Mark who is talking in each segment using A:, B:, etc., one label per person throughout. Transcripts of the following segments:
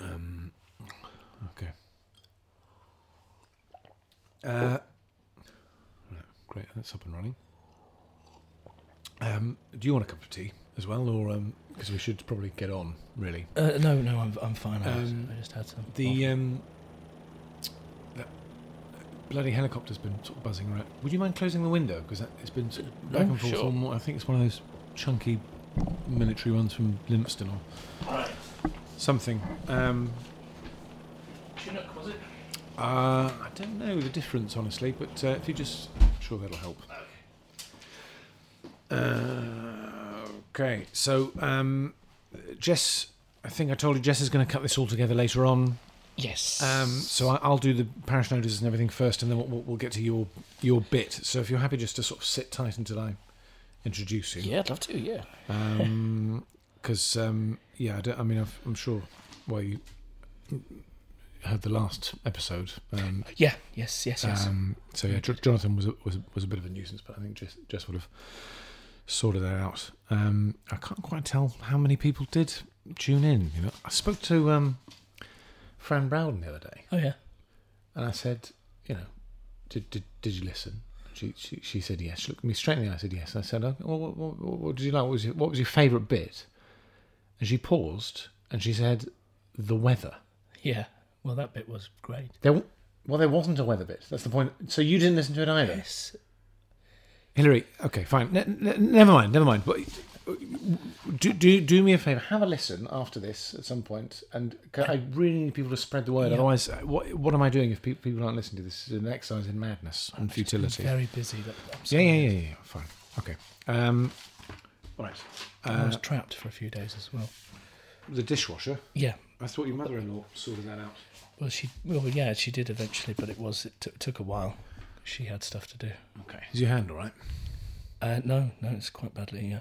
A: Um, Uh, right, great, that's up and running. Um, do you want a cup of tea as well, or because we should probably get on really?
B: Uh, no, no, I'm, I'm fine. I, just,
A: Um,
B: I just had some.
A: The um, that bloody helicopter's been sort of buzzing around. Would you mind closing the window because it's been sort of back
B: No,
A: and forth?
B: sure.
A: on what- I think it's one of those chunky military ones from Livingston or something. Um,
B: Chinook, was it?
A: uh, I don't know the difference honestly, but uh, if you just, I'm sure that'll help. Uh, okay, so um, Jess, I think I told you Jess is going to cut this all together later on.
B: Yes.
A: Um, so I, I'll do the parish notices and everything first, and then we'll, we'll get to your your bit. So if you're happy, just to sort of sit tight until I introduce you,
B: yeah, I'd love to. Yeah.
A: because um, yeah, I, don't- I mean, I've, I'm sure. Well, you heard the last episode, um,
B: Yeah. Yes. Yes. Yes.
A: um, so yeah, Jo- Jonathan was a, was a, was a bit of a nuisance, but I think Jess, Jess would have sorted that out. Um, I can't quite tell how many people did tune in. You know, I spoke to um, Fran Browden the other day.
B: oh yeah.
A: And I said, you know, did, did, did you listen? She, she she said yes. She looked me straight in the eye. I said yes. I said, oh, well, what, what, what, what did you like? What was your, what was your favourite bit? And she paused and she said, the weather.
B: Yeah. Well, that bit was great.
A: There, w- well, there wasn't a weather bit. That's the point. So you didn't listen to it either.
B: Yes.
A: Hillary, okay, fine. Ne- ne- never mind, never mind. But do, do do me a favour. Have a listen after this at some point, and c- I really need people to spread the word. Otherwise, uh, what what am I doing if people people aren't listening to this? This is an exercise in madness and futility. Yeah,
B: Very busy. That, I'm
A: yeah,
B: sorry.
A: yeah, yeah, yeah. Fine. Okay. Um, right.
B: I was trapped for a few days as well.
A: The dishwasher.
B: Yeah.
A: I thought your mother-in-law sorted that out.
B: Well, she. Well, yeah, she did eventually, but it was. It t- took a while. She had stuff to do.
A: Okay. Is your hand all right?
B: Uh, no, no, it's quite badly. Yeah.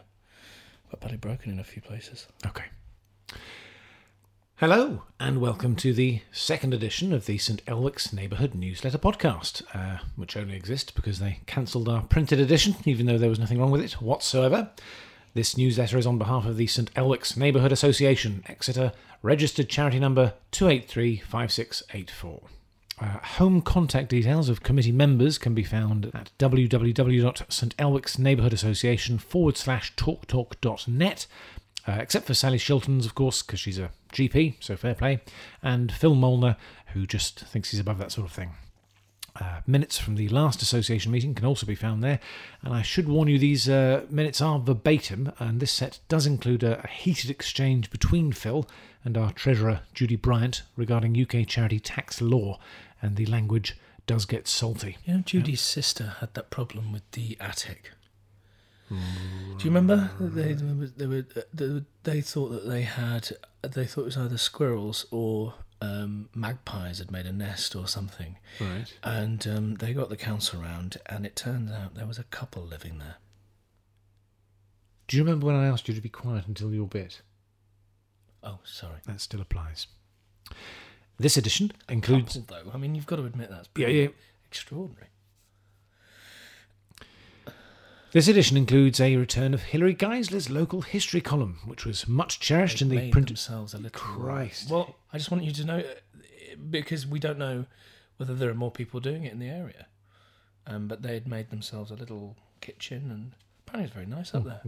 B: Quite badly broken in a few places.
A: Okay. Hello, and welcome to the second edition of the St. Elwick's Neighbourhood Newsletter Podcast, uh, which only exists because they cancelled our printed edition, even though there was nothing wrong with it whatsoever. This newsletter is on behalf of the St. Elwick's Neighbourhood Association, Exeter, registered charity number 2835684. Uh, home contact details of committee members can be found at www.stelwicksneighbourhoodassociation forward slash talktalk.net, uh, except for Sally Shiltons, of course, because she's a GP, so fair play, and Phil Molnar, who just thinks he's above that sort of thing. Uh, minutes from the last association meeting can also be found there. And I should warn you, these uh, minutes are verbatim, and this set does include a, a heated exchange between Phil and our treasurer, Judy Bryant, regarding UK charity tax law, and the language does get salty.
B: You know, Judy's sister had that problem with the attic.
A: Mm.
B: Do you remember? They they were they, were- they thought that they had they thought it was either squirrels or um, magpies had made a nest or something,
A: Right.
B: and um, they got the council round, and it turns out there was a couple living there.
A: Do you remember when I asked you to be quiet until your bit?
B: Oh, sorry.
A: That still applies. This edition includes.
B: Couple, though, I mean, you've got to admit that's
A: Yeah,
B: pretty
A: yeah.
B: extraordinary.
A: This edition includes a return of Hilary Geisler's local history column, which was much cherished in
B: They've
A: the
B: made
A: printed.
B: themselves a little
A: Christ.
B: Well, I just want you to know uh, because we don't know whether there are more people doing it in the area, um, but they had made themselves a little kitchen and apparently it's very nice
A: Hmm.
B: up there.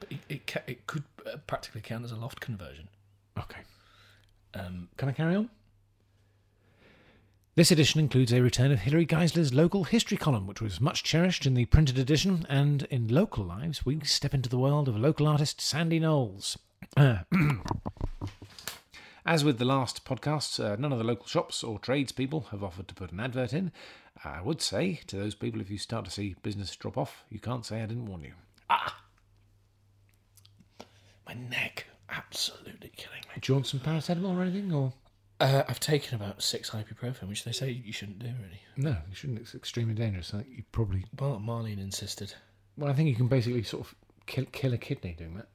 B: But it it, ca- it could uh, practically count as a loft conversion.
A: Okay.
B: Um,
A: Can I carry on? This edition includes a return of Hilary Geisler's local history column, which was much cherished in the printed edition, and in local lives, we step into the world of local artist Sandy Knowles. As with the last podcast, uh, none of the local shops or tradespeople have offered to put an advert in. I would say to those people, if you start to see business drop off, you can't say I didn't warn you.
B: my neck, absolutely killing me.
A: Do you want some paracetamol or anything? Or
B: Uh, I've taken about six ibuprofen, which they say you shouldn't do really.
A: no, you shouldn't. It's extremely dangerous. I think you probably
B: Well, Marlene insisted.
A: Well, I think you can basically sort of kill, kill a kidney doing that.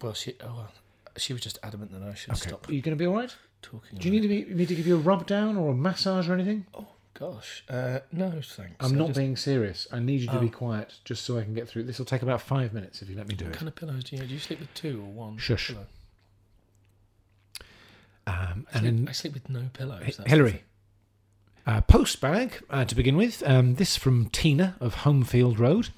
B: Well, she oh well, she was just adamant that I should stop
A: Are you going to be all right?
B: talking.
A: Do you need to be, me to give you a rub down or a massage or anything?
B: Oh gosh, uh, no thanks.
A: I'm
B: I
A: not
B: just-
A: being serious. I need you to be quiet just so I can get through. This will take about five minutes if you let me do
B: What
A: it.
B: kind of pillows do you Do you sleep with two or one?
A: Shush.
B: Pillow?
A: Um,
B: I
A: and
B: sleep,
A: in
B: I sleep with no pillows.
A: H-
B: that's the
A: Hillary. Uh, post bag uh, to begin with. Um, this from Tina of Homefield Road.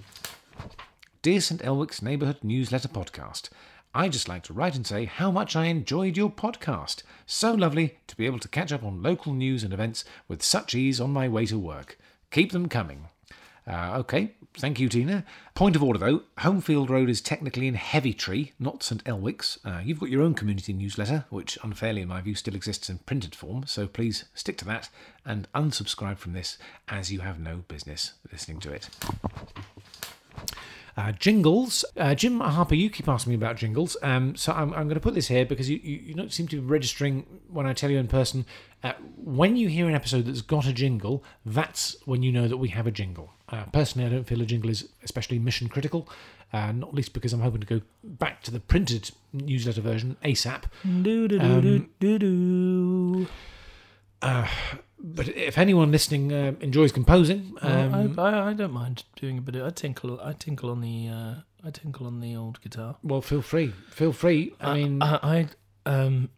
A: Dear St. Elwick's Neighbourhood Newsletter Podcast. I just like to write and say how much I enjoyed your podcast. So lovely to be able to catch up on local news and events with such ease on my way to work. Keep them coming. Uh, okay, thank you, Tina. Point of order though, Homefield Road is technically in Heavytree, not St Elwick's. Uh, you've got your own community newsletter, which unfairly, in my view, still exists in printed form, so please stick to that and unsubscribe from this as you have no business listening to it. Uh, jingles. Uh, Jim Harper, you keep asking me about jingles, um, so I'm, I'm going to put this here because you, you, you don't seem to be registering when I tell you in person. Uh, when you hear an episode that's got a jingle, that's when you know that we have a jingle. Uh, personally, I don't feel a jingle is especially mission critical, uh, not least because I'm hoping to go back to the printed newsletter version ASAP.
B: Do, do, do, do, do, do.
A: Uh, But if anyone listening uh, enjoys composing, um,
B: I, I, I don't mind doing a bit of. I tinkle. I tinkle on the. Uh, I tinkle on the old guitar.
A: well, feel free. Feel free. I mean,
B: I, I um,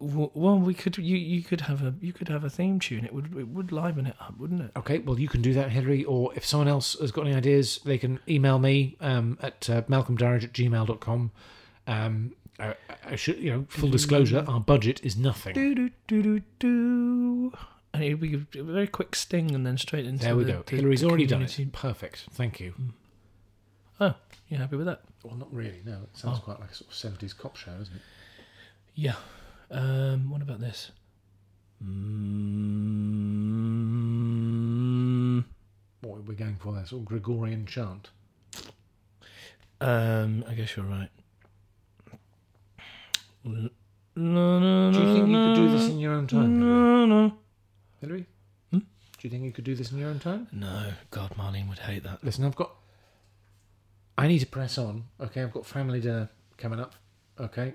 B: w- well, we could. You you could have a you could have a theme tune. It would it would liven it up, wouldn't it?
A: Okay, well, you can do that, Hilary, or if someone else has got any ideas, they can email me um, at uh, malcolmdarridge at gmail.com. Um, I, I should, you know, full disclosure, our budget is nothing.
B: Mm-hmm. Do do do do do. And it'd be a very quick sting, and then straight into.
A: There we
B: the-
A: go.
B: the-
A: Hilary's
B: the
A: already done
B: community. Mm.
A: it. Perfect. Thank you.
B: Oh, you happy with that?
A: Well, not really, no. It sounds quite like a sort of 70s cop show, doesn't it?
B: Yeah. Um, what about this? Mm.
A: What are we going for there? Sort of Gregorian chant.
B: Um, I guess you're right. No,
A: Do you think you could do this in your own time, Hilary?
B: No, no.
A: Hilary?
B: Hmm?
A: Do you think you could do this in your own time?
B: No, God, Marlene would hate that.
A: Listen, I've got. I need to press on. Okay, I've got family dinner coming up. Okay.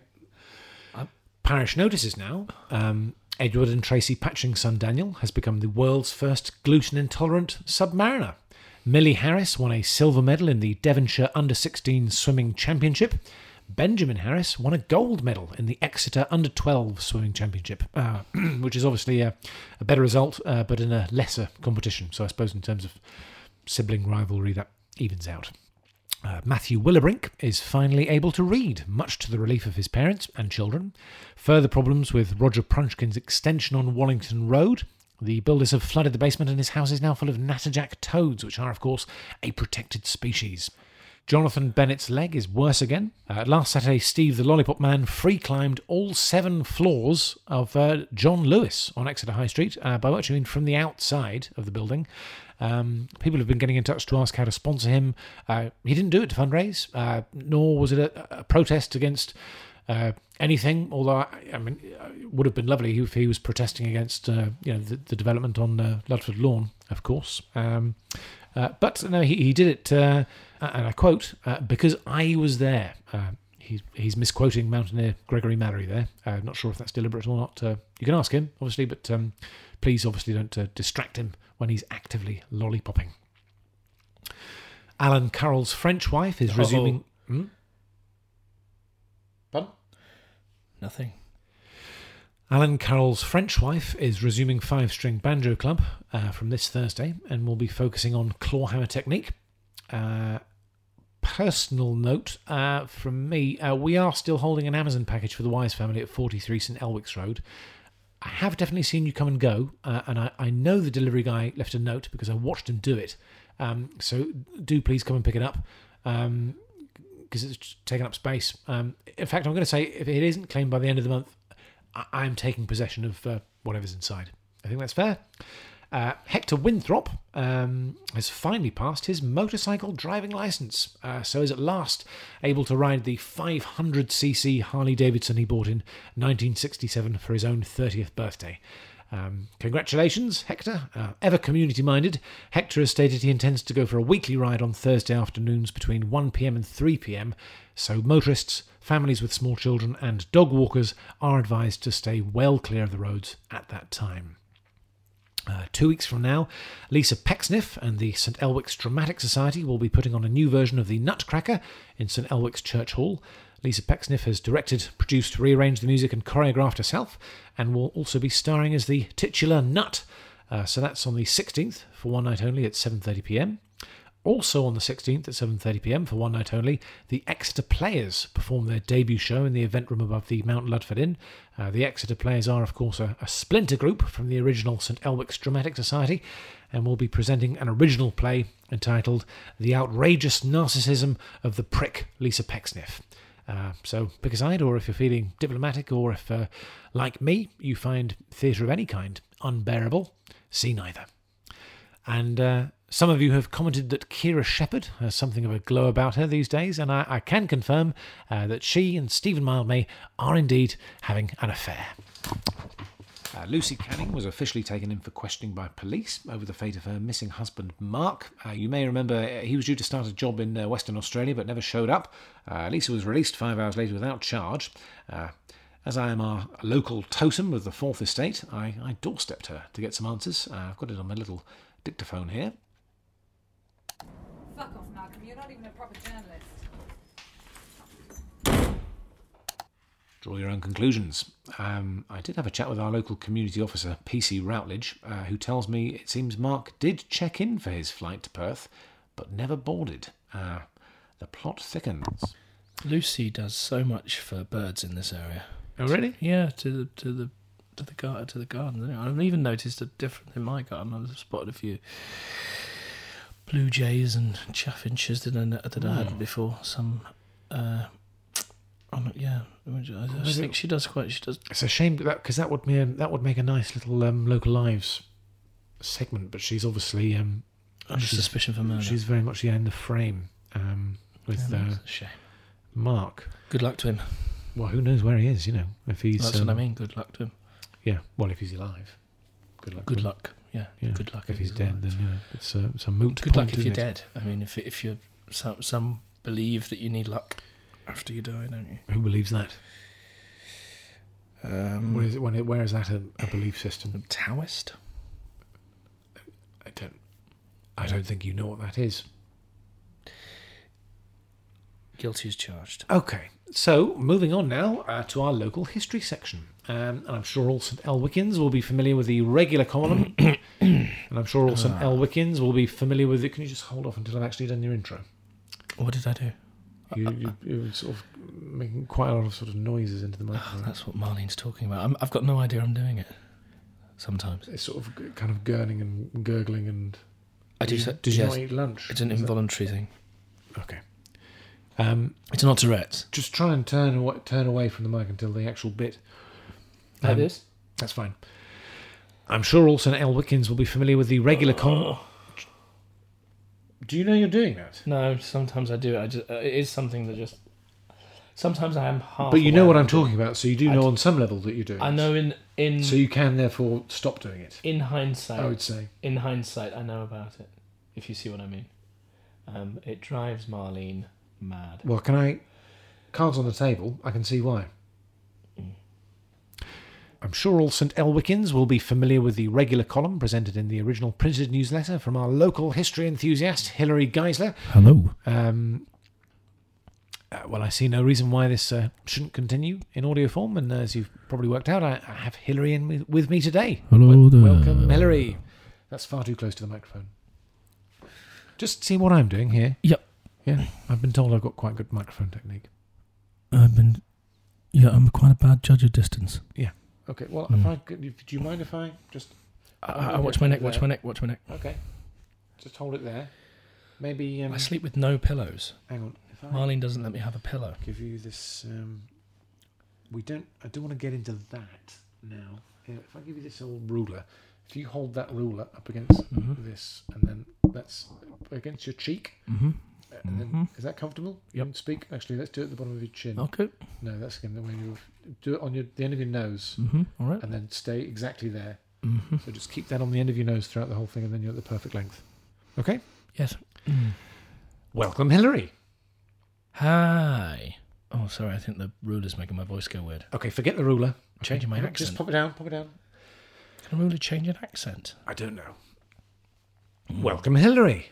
A: Uh,
B: I'm-
A: Parish notices now. Um, Edward and Tracy Patchingson Daniel has become the world's first gluten intolerant submariner. Millie Harris won a silver medal in the Devonshire Under 16 Swimming Championship. Benjamin Harris won a gold medal in the Exeter Under 12 Swimming Championship, uh, which is obviously a, a better result, uh, but in a lesser competition. So I suppose in terms of sibling rivalry that evens out. Uh, Matthew Willibrink is finally able to read, much to the relief of his parents and children. Further problems with Roger Prunchkin's extension on Wallington Road. The builders have flooded the basement, and his house is now full of natterjack toads, which are, of course, a protected species. Jonathan Bennett's leg is worse again. Uh, last Saturday, Steve the Lollipop Man free climbed all seven floors of uh, John Lewis on Exeter High Street, uh, by which I mean from the outside of the building. Um, people have been getting in touch to ask how to sponsor him. Uh, he didn't do it to fundraise, uh, nor was it a, a protest against uh, anything. Although I, I mean, it would have been lovely if he was protesting against uh, you know the, the development on uh, Ludford Lawn, of course. Um, uh, but no, he, he did it, uh, and I quote, uh, because I was there. Uh, he's, he's misquoting Mountaineer Gregory Mallory there. Uh, not sure if that's deliberate or not. Uh, you can ask him, obviously, but um, please, obviously, don't uh, distract him when he's actively lollipopping. Alan Carroll's French wife is
B: Oh.
A: resuming. Hmm? Pardon?
B: Nothing.
A: Alan Carroll's French wife is resuming Five String Banjo Club uh, from this Thursday and will be focusing on clawhammer technique. Uh, personal note uh, from me uh, we are still holding an Amazon package for the Wise family at 43 St Elwick's Road. I have definitely seen you come and go, uh, and I, I know the delivery guy left a note because I watched him do it. Um, so do please come and pick it up because it's taken up space. Um, in fact, I'm going to say if it isn't claimed by the end of the month, I- I'm taking possession of uh, whatever's inside. I think that's fair. Uh, Hector Winthrop um, has finally passed his motorcycle driving license, uh, so is at last able to ride the 500cc Harley Davidson he bought in 1967 for his own 30th birthday. Um, congratulations, Hector. Uh, ever community minded, Hector has stated he intends to go for a weekly ride on Thursday afternoons between 1pm and 3pm, so motorists, families with small children, and dog walkers are advised to stay well clear of the roads at that time. Uh, two weeks from now, Lisa Pecksniff and the St Elwick's Dramatic Society will be putting on a new version of The Nutcracker in St Elwick's Church Hall. Lisa Pecksniff has directed, produced, rearranged the music, and choreographed herself, and will also be starring as the titular Nut Uh, so that's on the 16th for one night only at 7:30 p.m. Also on the 16th at 7:30 p.m. for one night only, the Exeter Players perform their debut show in the event room above the Mount Ludford Inn. Uh, the Exeter Players are, of course, a, a splinter group from the original St Elwick's Dramatic Society, and will be presenting an original play entitled "The Outrageous Narcissism of the Prick Lisa Pecksniff." Uh, so pick a side, or if you're feeling diplomatic, or if, uh, like me, you find theatre of any kind unbearable, see neither. And uh, some of you have commented that Kira Shepherd has something of a glow about her these days, and I, I can confirm uh, that she and Stephen Mildmay are indeed having an affair. Uh, Lucy Canning was officially taken in for questioning by police over the fate of her missing husband, Mark. Uh, you may remember uh, he was due to start a job in uh, Western Australia but never showed up. Uh, Lisa was released five hours later without charge. Uh, as I am our local totem of the Fourth Estate, I, I doorstepped her to get some answers. Uh, I've got it on my little dictaphone here.
C: Fuck off, Malcolm. You're not even a proper journalist.
A: draw your own conclusions. Um, I did have a chat with our local community officer, PC Routledge, uh, who tells me it seems Mark did check in for his flight to Perth, but never boarded. Uh, the plot thickens.
B: Lucy does so much for birds in this area.
A: Oh, really?
B: Yeah, to the to the to the garden to the garden. isn't it? I've even noticed a difference in my garden. I've spotted a few blue jays and chaffinches that I, kn- that I
A: Hmm.
B: hadn't before. Some, uh, I'm, yeah, I just think she does quite. She does.
A: It's a shame that because that would make that would make a nice little um, local lives segment, but she's obviously um,
B: Under
A: she's-
B: suspicion for murder.
A: she's very much yeah, in the frame um, with
B: Yeah,
A: uh,
B: that's a shame.
A: Mark.
B: Good luck to him.
A: Well, who knows where he is? You know, if he's
B: That's
A: um,
B: what I mean. Good luck to him.
A: Yeah, well, if he's alive, good luck.
B: Good
A: to him.
B: luck. Yeah.
A: Yeah,
B: Good luck
A: If he's
B: alive.
A: dead, then yeah, it's a, it's a moot
B: Good
A: point,
B: luck if
A: isn't
B: you're
A: it?
B: dead. I mean, if if you some some believe that you need luck after you die, don't you?
A: Who believes that?
B: Um,
A: Where is, it, when it, where is that a, a belief system?
B: Taoist.
A: I don't, I don't think you know what that is.
B: Guilty as charged.
A: Okay, so moving on now uh, to our local history section. Um, and I'm sure all St. Elwickens will be familiar with the regular column. and I'm sure all St. Elwickens will be familiar with it. Can you just hold off until I've actually done your intro?
B: What did I do?
A: You, you, you're sort of making quite a lot of sort of noises into the microphone.
B: That's what Marlene's talking about. I'm, I've got no idea I'm doing it. Sometimes
A: It's sort of g- kind of gurning and gurgling and.
B: I do.
A: Did you-
B: so-
A: Did you
B: yes,
A: not eat lunch?
B: it's an
A: Is that-
B: involuntary thing.
A: Okay. Um,
B: It's not Tourette's.
A: just try and turn away, turn away from the mic until the actual bit.
B: Like
A: Um,
B: this?
A: That's fine. I'm sure also L. Wickens will be familiar with the regular column. Do you know you're doing that?
B: No, sometimes I do. it. I just uh, it is something that just. Sometimes I am half.
A: But you know
B: aware
A: what I'm
B: of it.
A: talking about, so you do
B: I
A: know
B: d-
A: on some level that you're doing
B: I
A: it.
B: know in in
A: So you Oh, can therefore stop doing it,
B: in hindsight.
A: I would say.
B: in hindsight, I know about it. If you see what I mean, um, it drives Marlene mad.
A: Well, can I. Cards on the table, I can see why. I'm sure all St. Elwickens will be familiar with the regular column presented in the original printed newsletter from our local history enthusiast, Hilary Geisler.
B: Hello.
A: Um, uh, well, I see no reason why this uh, shouldn't continue in audio form, and as you've probably worked out, I, I have Hilary in with, with me today.
D: Hello there.
B: Hmm.
A: Welcome, Hilary. That's far too close to the microphone. Just see what I'm doing here.
D: Yep.
A: Yeah, I've been told I've got quite good microphone technique.
D: I've been. Yeah, I'm quite a bad judge of distance.
A: Okay, well,
D: Mm.
A: if I could, if, do you mind if I just
B: Hmm. I, I- I watch my neck. Watch my neck. Watch my neck.
A: okay, just hold it there? Maybe um,
B: I sleep with no pillows.
A: hang on. If I
B: Marlene doesn't let me have a pillow.
A: give you this. Um, we don't. I don't want to get into that now. Here, If I give you this old ruler, if you hold that ruler up against
B: Mhm.
A: this, and then that's against your cheek,
B: Mm-hmm.
A: uh, and then is that comfortable? You
B: Yep.
A: can speak. Actually, let's do it at the bottom of your chin.
B: Okay.
A: No, that's again the way you do it on your the end of your nose,
B: Mm-hmm. All right.
A: and then stay exactly there.
B: Mm-hmm.
A: So just keep that on the end of your nose throughout the whole thing, and then you're at the perfect length. Okay.
B: Yes.
A: Welcome, Hillary.
B: Hi. Oh, sorry. I think the ruler's making my voice go weird.
A: Okay, forget the ruler.
B: Changing my
A: Just
B: accent.
A: pop it down. Pop it down.
B: Can a ruler change an accent?
A: I don't know. Welcome, Hillary.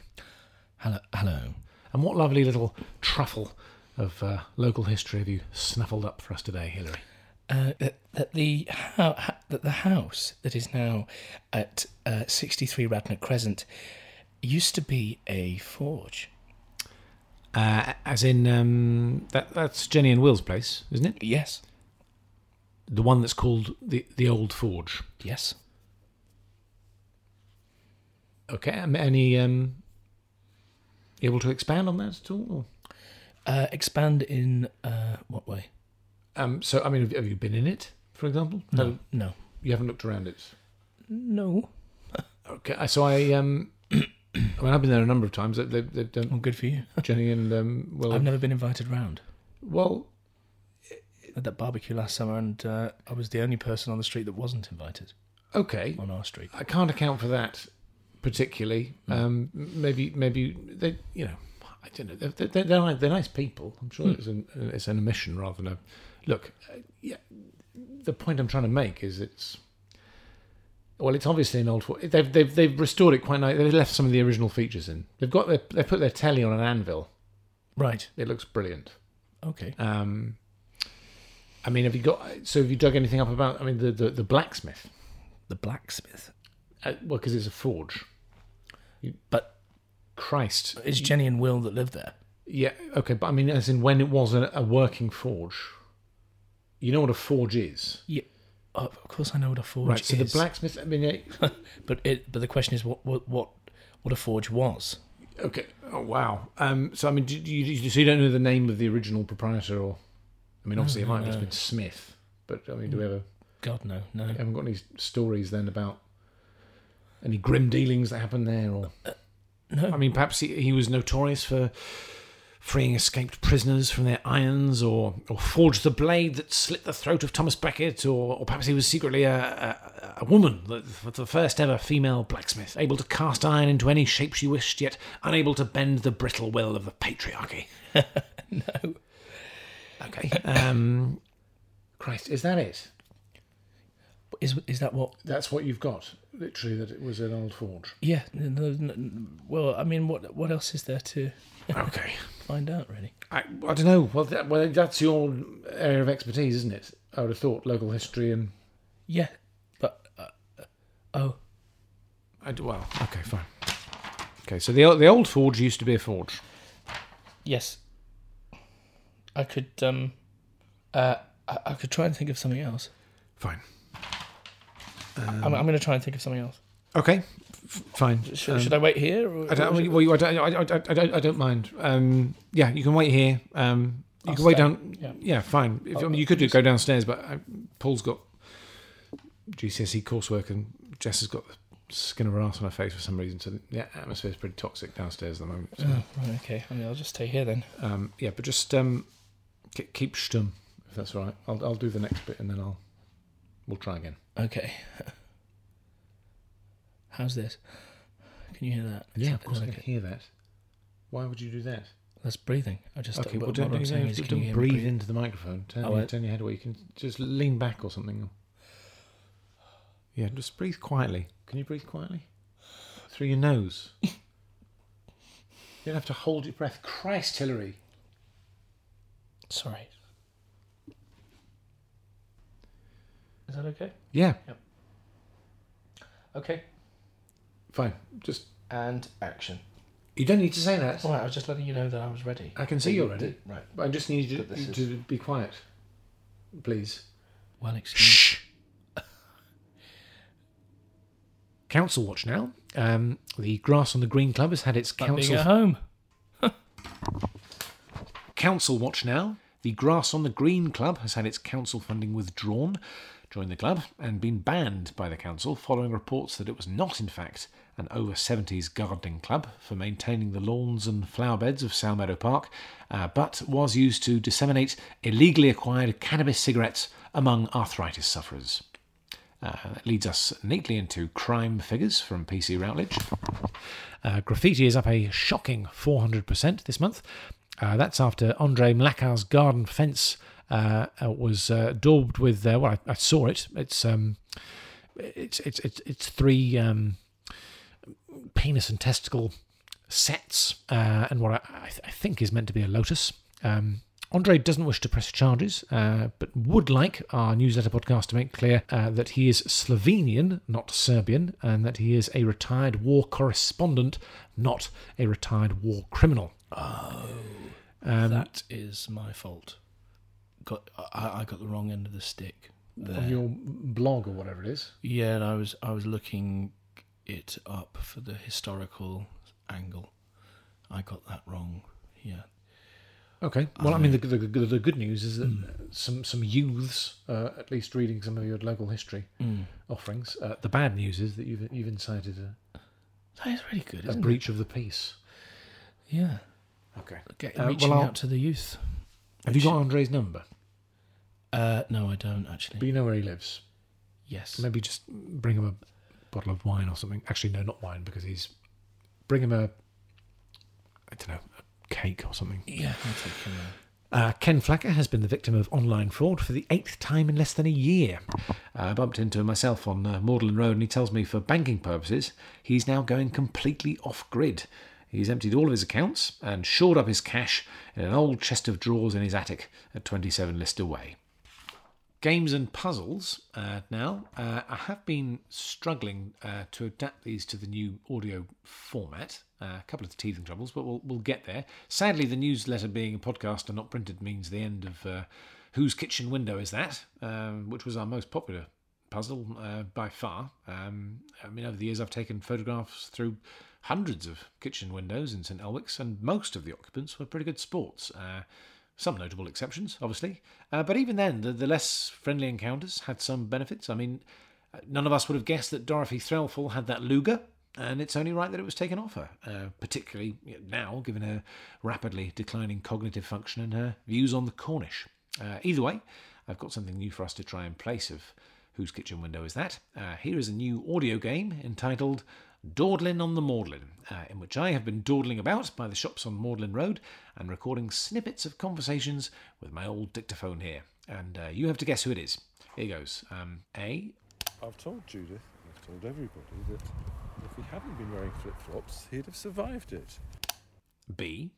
B: Hello. Hello.
A: And what lovely little truffle of uh, local history have you snuffled up for us today, Hillary?
B: uh, that, that the ho- ha- that the house that is now at uh, 63 Radnor Crescent used to be a forge.
A: Uh, as in, um, that, that's Jenny and Will's place, isn't it?
B: Yes.
A: The one that's called the, the Old Forge.
B: Yes.
A: Okay. Um, any um, able to expand on that at all? Or?
B: Uh, expand in uh, what way?
A: Um, so, I mean, have, have you been in it, for example?
B: No. No.
A: you haven't looked around it.
B: No.
A: Okay. I- So I, um, I mean, I've been there a number of times. They, they, they've done
B: Well, good for you.
A: Jenny and um, Will.
B: I've never been invited round.
A: well,
B: At that barbecue last summer, and uh, I was the only person on the street that wasn't invited
A: okay.
B: on our street.
A: I can't account for that particularly. Um, m- maybe, maybe they, you know, I don't know. They're, they're, they're, ni- they're nice people. I'm sure it's an it's an omission rather than a look. Uh, yeah, the point I'm trying to make is it's well, it's obviously an old. fort- They've they've they've restored it quite nice. They've left some of the original features in. They've got their, they've put their telly on an anvil.
B: Right.
A: It looks brilliant.
B: Okay.
A: Um, I mean, have you got? So have you dug anything up about? I mean, the the, the blacksmith.
B: The blacksmith.
A: Uh, well, because it's a forge.
B: But
A: Christ.
B: it's Jenny and Will that live there.
A: Yeah, okay, but I mean, as in when it was a, a working forge. You know what a forge is,
B: Yeah. Oh, of course, I know what a forge
A: right? So
B: is.
A: the blacksmith. I mean, eh,
B: But it. But the question is, what what what what a forge was?
A: okay. Oh wow. Um. So I mean, do, do you, so you don't know the name of the original proprietor, or I mean, obviously it might have just
B: no.
A: been Smith, but I mean, do we ever
B: God no, no.
A: haven't got any stories then about any grim dealings that happened there, or
B: no.
A: I mean, perhaps he, he was notorious for freeing escaped prisoners from their irons, or or forged the blade that slit the throat of Thomas Becket, or or perhaps he was secretly a a, a woman, the, the first ever female blacksmith, able to cast iron into any shape she wished, yet unable to bend the brittle will of the patriarchy. no. Okay. Um, Christ, is that it?
B: Is is that what?
A: That's what you've got. Literally, that it was an old forge.
B: Yeah. n- n- n- well, I mean, what what else is there to
A: Okay.
B: find out really?
A: I, I don't know. Well, that, well, that's your area of expertise, isn't it? I would have thought local history and.
B: Yeah. But uh, uh, oh,
A: I, d- well, okay, fine. Okay, so the o- the old forge used to be a forge.
B: yes. I could um, uh, I, I could try and think of something else.
A: Fine. Um,
B: I'm, I'm going to try and think of something else.
A: Okay, f- fine.
B: Should, should I wait here? Or,
A: um, I don't, well,
B: or-
A: you- well, you- I don't, I, I, I don't, I don't mind. Um, yeah, you can wait here. Um, you
B: I'll
A: can wait
B: stay.
A: down. Yeah,
B: Yeah.
A: fine. If, I mean, you could do, go downstairs, but I, Paul's got GCSE E coursework and Jess has got the skin of her ass on her face for some reason. So the atmosphere is pretty toxic downstairs at the moment. So.
B: Oh, right, okay. I mean, I'll just stay here then.
A: Um, yeah, but just um, ke- keep stum if that's all right. I'll I'll do the next bit and then I'll we'll try again.
B: Okay. How's this? Can you hear that? Is that- is
A: I
B: that
A: can
B: good?
A: hear that. Why would you do that?
B: That's breathing. I just
A: Okay, well,
B: what,
A: don't,
B: what I'm
A: don't,
B: saying
A: don't,
B: is,
A: don't
B: can you hear me
A: breathe
B: breathe?
A: into the microphone. Turn,
B: Oh,
A: your,
B: I-
A: turn your head away. You can just lean back or something. Yeah, just breathe quietly. Can you breathe quietly through your nose? you don't have to hold your breath. Christ, Hillary.
B: Sorry. Is that okay?
A: Yeah,
B: Okay.
A: fine. Just
B: And action.
A: you don't need to say that.
B: All right. I was just letting you know that I was ready.
A: I can see you're ready.
B: Right.
A: I just need you
B: But
A: to,
B: this is-
A: to be quiet, please.
B: Well, excuse.
A: Council watch now. Um, the Grass on the Green Club has had its
B: Like being
A: council
B: at home.
A: council watch now. The Grass on the Green Club has had its council funding withdrawn, joined the club, and been banned by the council following reports that it was not, in fact, an over 70s gardening club for maintaining the lawns and flower beds of Sal Meadow Park, uh, but was used to disseminate illegally acquired cannabis cigarettes among arthritis sufferers. Uh, that leads us neatly into crime figures from PC Routledge. Uh, graffiti is up a shocking 400% this month. Uh, that's after Andre Mlakar's garden fence uh, uh, was uh, daubed with. Uh, well, I, I saw it. It's um, it's it's it's, it's three um, penis and testicle sets, uh, and what I, I, th- I think is meant to be a lotus. Um, Andre doesn't wish to press charges, uh, but would like our newsletter podcast to make clear uh, that he is Slovenian, not Serbian, and that he is a retired war correspondent, not a retired war criminal. Um,
B: that is my fault. Got I, I got the wrong end of the stick there.
A: On your blog or whatever it is.
B: Yeah, and I was I was looking it up for the historical angle. I got that wrong. Yeah.
A: Okay. Well, I mean, the, the, the, the good news is that some some youths, uh, at least reading some of your local history offerings. Uh, the bad news is that you've you've incited a,
B: That is really good,
A: a
B: isn't
A: breach of the peace.
B: it? Yeah.
A: Okay.
B: Get,
A: Uh,
B: reaching
A: well, I'll-
B: out to the youth.
A: Have you got Andre's number?
B: Uh, no, I don't actually.
A: But you know where he lives.
B: yes.
A: Maybe just bring him a bottle of wine or something. Actually, no, not wine because he's bring him a I don't know a cake or something.
B: Yeah, I'll take him there.
A: Uh, Ken Flacker has been the victim of online fraud for the eighth time in less than a year. I bumped into him myself on uh, Magdalen Road, and he tells me for banking purposes, he's now going completely off grid. He's emptied all of his accounts and shored up his cash in an old chest of drawers in his attic at 27 Lister Way. Games and puzzles uh, now. Uh, I have been struggling uh, to adapt these to the new audio format. Uh, a couple of teething troubles, but we'll, we'll get there. Sadly, the newsletter being a podcast and not printed means the end of uh, Whose Kitchen Window Is That? Um, which was our most popular puzzle uh, by far. Um, I mean, over the years, I've taken photographs through hundreds of kitchen windows in St. Elwick's, and most of the occupants were pretty good sports. Uh, some notable exceptions, obviously. Uh, but even then, the, the less friendly encounters had some benefits. I mean, uh, none of us would have guessed that Dorothy Threlfall had that Luger, and it's only right that it was taken off her, uh, particularly you know, now, given her rapidly declining cognitive function and her views on the Cornish. Uh, either way, I've got something new for us to try in place of Whose Kitchen Window Is That? Uh, here is a new audio game entitled Dawdlin' on the Maudlin, uh, in which I have been dawdling about by the shops on Magdalen Road and recording snippets of conversations with my old dictaphone here. And uh, you have to guess who it is. Here goes. Um, a.
E: I've told Judith, I've told everybody that if he hadn't been wearing flip flops, he'd have survived it.
A: B.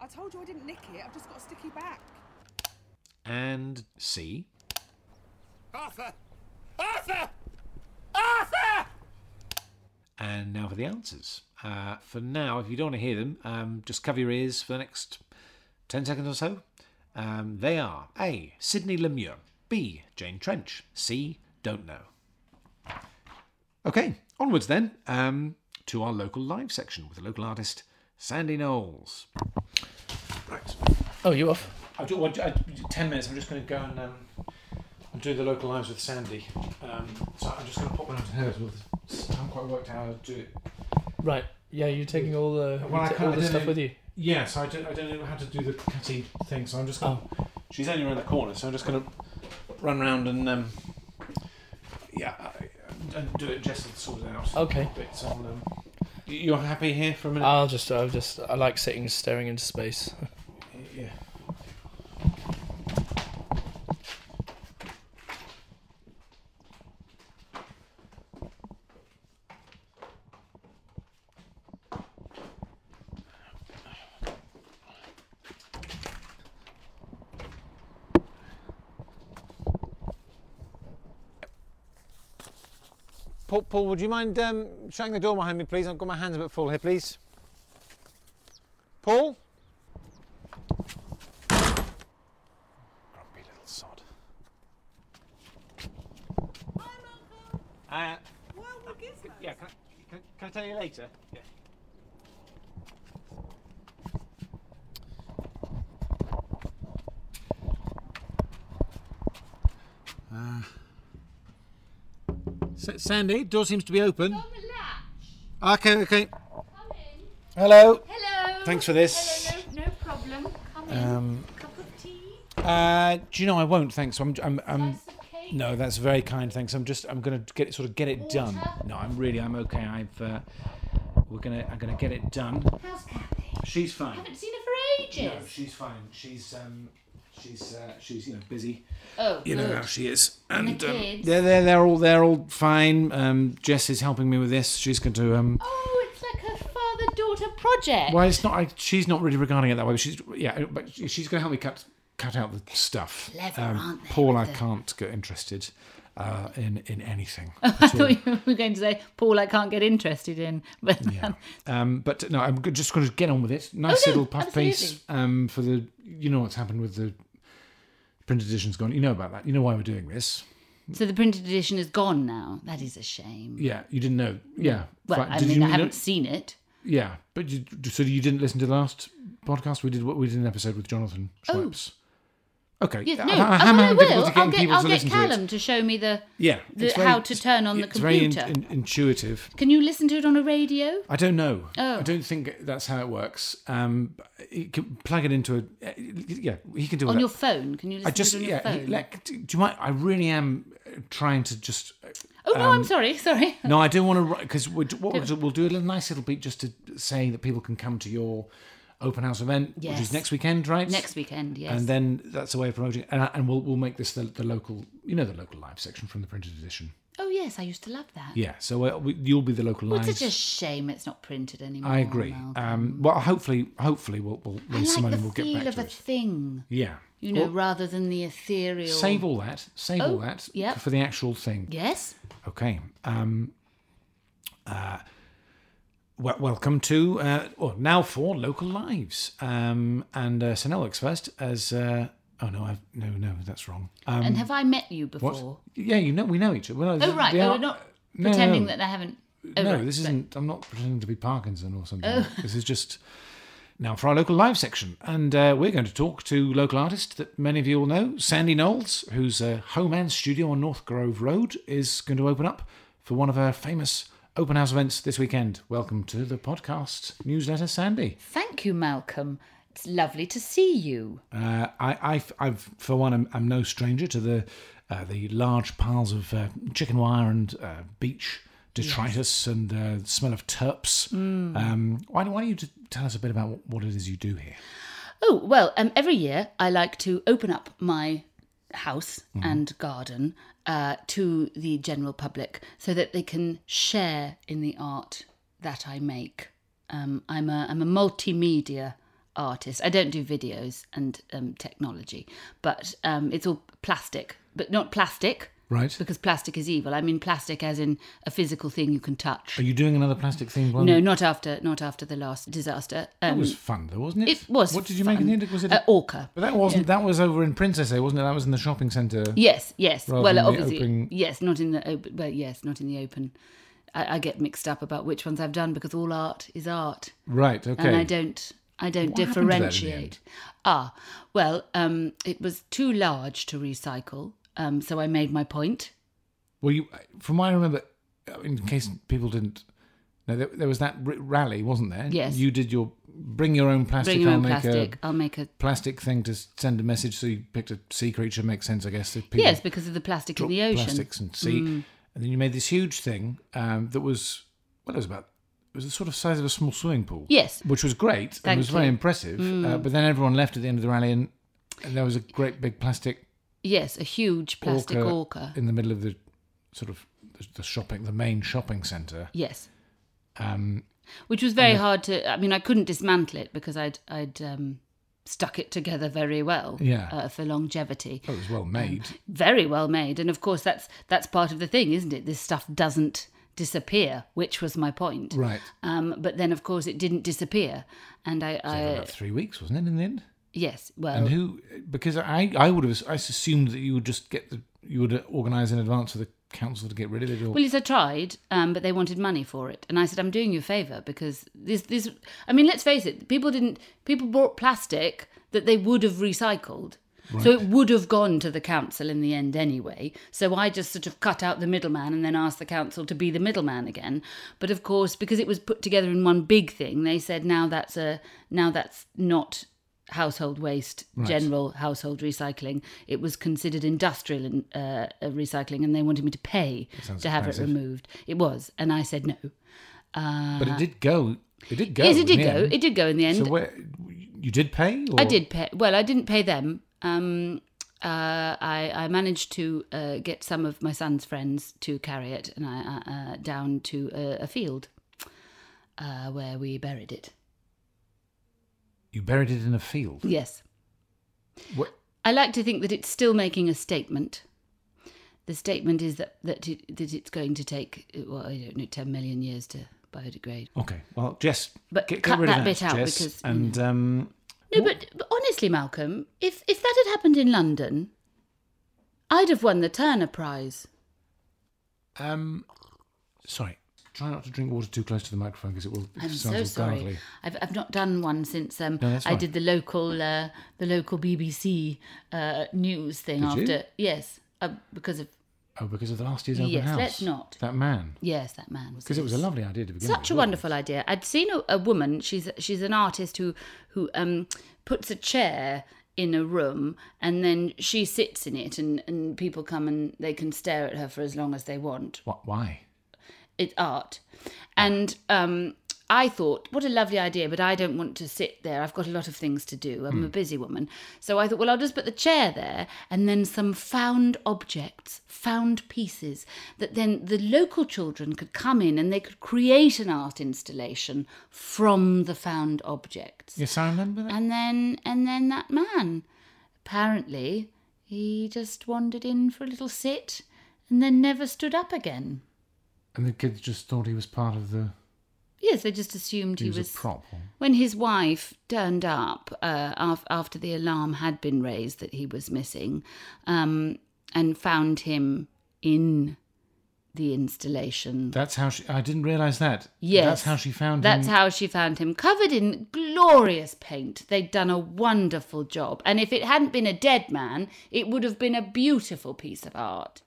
C: I told you I didn't nick it. I've just got a sticky back.
A: and C.
E: Arthur! Arthur! Arthur!
A: And now for the answers. Uh, for now, if you don't want to hear them, um, just cover your ears for the next 10 seconds or so. Um, they are A. Sydney Lemure, B. Jane Trench, C. Don't know. Okay, onwards then um, to our local live section with the local artist Sandy Knowles. Right.
B: Oh, you off?
A: I've got well, I- ten minutes. I'm just going to go and um, and do the local lives with Sandy. Um, so I'm just going to pop one out to her. I haven't quite worked out how to do it.
B: Right. Yeah, you're taking all the,
A: Well, I
B: ta-
A: can't-
B: all
A: I
B: the
A: don't
B: stuff
A: know.
B: with you.
A: Yeah, so I don't, I don't know how to do the cutty thing. So I'm just going. to She's only around the corner, so I'm just going to run round and um, yeah, I- and do it. Jess will sort it out.
B: Okay.
A: But so I'll, um, you- you're happy here for a minute?
B: I'll just, I'll just, I like sitting staring into space.
A: yeah. Paul, Paul, would you mind um, shutting the door behind me, please? I've got my hands a bit full here, please. Paul? Grumpy little sod. Uh, yeah, can I, can, can I tell you later? Yeah. Uh, Sandy, door seems to be open. Okay, okay.
F: Come in.
A: Hello.
F: Hello.
A: Thanks for this. Um,
F: Hello, no, no problem. Come in. Cup of tea.
A: Uh, do you know I won't? Thanks. I'm. I'm, I'm
F: Slice of cake.
A: mm, no, that's very kind. Thanks. I'm just. I'm gonna get it. Sort of get it done.
F: Water?
A: No, I'm really. I'm okay. I've. Uh, we're gonna. I'm gonna get it done.
F: How's Kathy?
A: She's fine.
F: Haven't seen her for
A: No,
F: ages.
A: she's fine. She's. Um, she's. Uh, she's. You know, busy.
F: Oh,
A: You know
F: good.
A: how she is.
F: And the
A: um,
F: kids?
A: they're, they're they're all they're all fine. Um, Jess is helping me with this. She's going to. Um,
F: Oh, it's like a father-daughter
G: project.
A: Well, it's not. I, she's not really regarding it that way. But she's yeah. But she's going to help me cut cut out the stuff. Um,
G: Clever, aren't they,
A: Paul, I
G: with the-
A: can't get interested uh, in in anything.
G: I thought you were going to say Paul. I can't get interested in, but
A: Yeah. Um, but no, I'm go- just going to get on with it. Nice
G: Oh, no,
A: little puff piece
G: absolutely.
A: um, for the. You know what's happened with the print edition's gone. You know about that. You know why we're doing this.
G: so the printed edition is gone now. That is a shame.
A: Yeah, you didn't know. Yeah.
G: Mm. Well,
A: Fi-
G: I
A: did
G: mean,
A: you
G: I
A: know-
G: haven't seen it.
A: Yeah, but you, so you didn't listen to the last podcast we did. What we did an episode with Jonathan Schweppes. Okay.
G: Oh. Yes,
A: I-
G: no,
A: I-
G: oh,
A: I'm
G: well, I
A: having difficulty
G: will.
A: getting
G: I'll get,
A: people
G: I'll
A: to
G: get
A: listen to
G: Callum
A: it.
G: to show me the.
A: Yeah,
G: the-
A: it's
G: how to turn on the
A: it's very in-
G: computer.
A: in- intuitive.
G: Can you listen to it on a radio?
A: I don't know.
G: Oh.
A: I don't think that's how it works. Um, you can plug it into a. Yeah, he can do all
G: On
A: that.
G: your phone? Can you listen
A: I just
G: to it on your
A: yeah.
G: phone?
A: Like, do you mind? I really am uh, trying to just.
G: oh no,
A: um,
G: I'm sorry, sorry.
A: No, I do want to because what we'll do, we'll do a little nice little beat just to say that people can come to your open house event, which
G: Yes.
A: is next weekend, right?
G: Next weekend, yes.
A: and then that's a way of promoting it. And, I- and we'll we'll make this the, the local, you know, the local live section from the printed edition.
G: oh yes, I used to love that.
A: Yeah, so uh, we, you'll be the local
G: Well,
A: live.
G: it's such a shame it's not printed anymore.
A: I agree.
G: Malcolm.
A: Um, well, hopefully, hopefully we'll we'll
G: I
A: raise some money
G: like the
A: and we'll get
G: feel
A: back
G: of
A: to
G: a
A: it.
G: thing,
A: Yeah,
G: you know,
A: Well,
G: rather than the ethereal.
A: save all that. Save all
G: Oh,
A: that
G: yeah.
A: for the actual thing.
G: Yes,
A: Okay. Um, uh, wel- welcome to uh, well, now for local lives. Um, and uh, Synelix first as uh, oh no, I've, no, no, that's wrong. Um,
G: and have I met you
A: what?
G: before?
A: Yeah, you know, we know each other. Well,
G: Oh right,
A: we
G: oh,
A: are-
G: we're not
A: No,
G: pretending
A: no.
G: that I haven't. Oh,
A: No,
G: right,
A: this
G: but-
A: isn't. I'm not pretending to be Parkinson or something. This is just now for our local live section, and uh, we're going to talk to local artist that many of you all know, Sandy Knowles, whose uh, home and studio on North Grove Road is going to open up for one of her famous open house events this weekend. Welcome to the podcast newsletter, Sandy.
G: Thank you, Malcolm. It's lovely to see you.
A: Uh, I, I, I've, for one, I'm, I'm no stranger to the uh, the large piles of uh, chicken wire and uh, beach detritus and uh, the smell of turps.
G: Mm.
A: Um, why, don't- why don't you t- tell us a bit about what it is you do here?
G: Oh, well, um, every year I like to open up my house
A: Mm-hmm.
G: and garden uh, to the general public so that they can share in the art that I make. Um, I'm, a, I'm a multimedia artist. I don't do videos and um, technology, but um, it's all plastic, but not plastic.
A: Right.
G: Because plastic is evil. I mean, plastic as in a physical thing you can touch.
A: Are you doing another plastic themed one?
G: No, not after not after the last disaster.
A: It
G: Um,
A: was fun though, wasn't it?
G: it was.
A: What did you make in the end? Was it?
G: uh, orca?
A: but that wasn't. That was over in Princess A, wasn't it? That was in the shopping centre.
G: Yes, yes.
A: Rather
G: well,
A: than the
G: obviously,
A: open-
G: yes, not in the open. Well, yes, not in the open. I, I get mixed up about which ones I've done because all art is art,
A: Right. Okay.
G: and I don't, I don't
A: What happened to that in the end?
G: differentiate. Ah, well, um, it was too large to recycle, um, so I made my point.
A: Well, you, from what I remember, in case people didn't know, there, there was that r- rally, wasn't there?
G: Yes.
A: You did your bring your own plastic.
G: Bring your
A: I'll
G: own
A: make a
G: plastic. I'll make a
A: plastic thing to s- send a message. So you picked a sea creature. Makes sense, I guess. That people
G: yes because of the plastic in
A: drop
G: the ocean. Mm.
A: plastics and sea, and then you made this huge thing um, that was well, it was about it was the sort of size of a small swimming pool.
G: Yes.
A: which was great and
G: Thank
A: was very
G: you. Mm.
A: impressive. Uh, but then everyone left at the end of the rally, and, and there was a great big plastic
G: Yes, a huge plastic
A: orca,
G: orca.
A: in the middle of the sort of the, the shopping, the main shopping centre.
G: Yes.
A: Um,
G: which was very hard to. I mean, I couldn't dismantle it because I'd I'd um, stuck it together very well.
A: Yeah.
G: Uh, for longevity,
A: oh, it was well made.
G: very well made, and of course that's that's part of the thing, isn't it? This stuff doesn't disappear, which was my point.
A: right.
G: Um, but then of course it didn't disappear, and I,
A: So
G: I uh, Oh.
A: about three weeks, wasn't it, in the end?
G: yes, well,
A: And who? Because I, I would have, I assumed that you would just get the, you would organise in advance for the council to get rid of it. Or,
G: Well, yes, I tried, um, but they wanted money for it, and I said, "I'm doing you a favour because this, this. I mean, let's face it, people didn't. People bought plastic that they would have recycled, so it would have gone to the council in the end anyway. So I just sort of cut out the middleman and then asked the council to be the middleman again. But of course, because it was put together in one big thing, they said now that's a now that's not household waste, general household recycling. It was considered industrial in, uh, uh, recycling, and they wanted me to pay
A: sounds
G: to have
A: expensive.
G: it removed. It was, and I said no. Uh,
A: but it did go. It did go.
G: yes, it
A: in the
G: did go.
A: end.
G: It did go in the end.
A: So where, you did pay? Or?
G: I did pay. Well, I didn't pay them. Um, uh, I, I managed to uh, get some of my son's friends to carry it, and I uh, uh, down to a, a field uh, where we buried it.
A: You buried it in a field.
G: Yes.
A: What?
G: I like to think that it's still making a statement. The statement is that that, it, that it's going to take uh, well, I don't know, ten million years to biodegrade.
A: Okay. Well, Jess,
G: But
A: get,
G: cut
A: get rid
G: that
A: of that
G: bit out
A: Jess,
G: because, you
A: and um,
G: No, but, but honestly, Malcolm, if if that had happened in London, I'd have won the Turner Prize.
A: um, sorry, try not to drink water too close to the microphone because it will. it
G: I'm so
A: sounds
G: sorry.
A: ungodly.
G: I've I've not done one since um
A: No, that's
G: I
A: fine.
G: did the local uh, the local BBC uh, news thing
A: Did you?
G: after yes uh, because of
A: Oh, because of the last year's open
G: Yes,
A: house.
G: let's not.
A: That man,
G: yes that man was
A: because it was a
G: yes.
A: lovely idea to begin with.
G: Such a
A: wasn't it?
G: wonderful idea. I'd seen a, a woman. She's she's an artist who who um, puts a chair in a room and then she sits in it, and, and people come and they can stare at her for as long as they want.
A: What? Why?
G: It's art, and um, I thought, what a lovely idea. But I don't want to sit there. I've got a lot of things to do. I'm a busy woman, so I thought, well, I'll just put the chair there, and then some found objects, found pieces that then the local children could come in and they could create an art installation from the found objects.
A: Yes, I remember that.
G: And then and then that man, apparently, he just wandered in for a little sit and then never stood up again.
A: And the kids just thought he was part of the.
G: Yes, they just assumed
A: He,
G: he
A: was,
G: was
A: a prop. or-
G: when his wife turned up uh, af- after the alarm had been raised that he was missing um, and found him in the installation.
A: That's how she. I didn't realize that.
G: Yes.
A: That's how she found
G: That's
A: him.
G: how she found him, covered in glorious paint. They'd done a wonderful job. And if it hadn't been a dead man, it would have been a beautiful piece of art.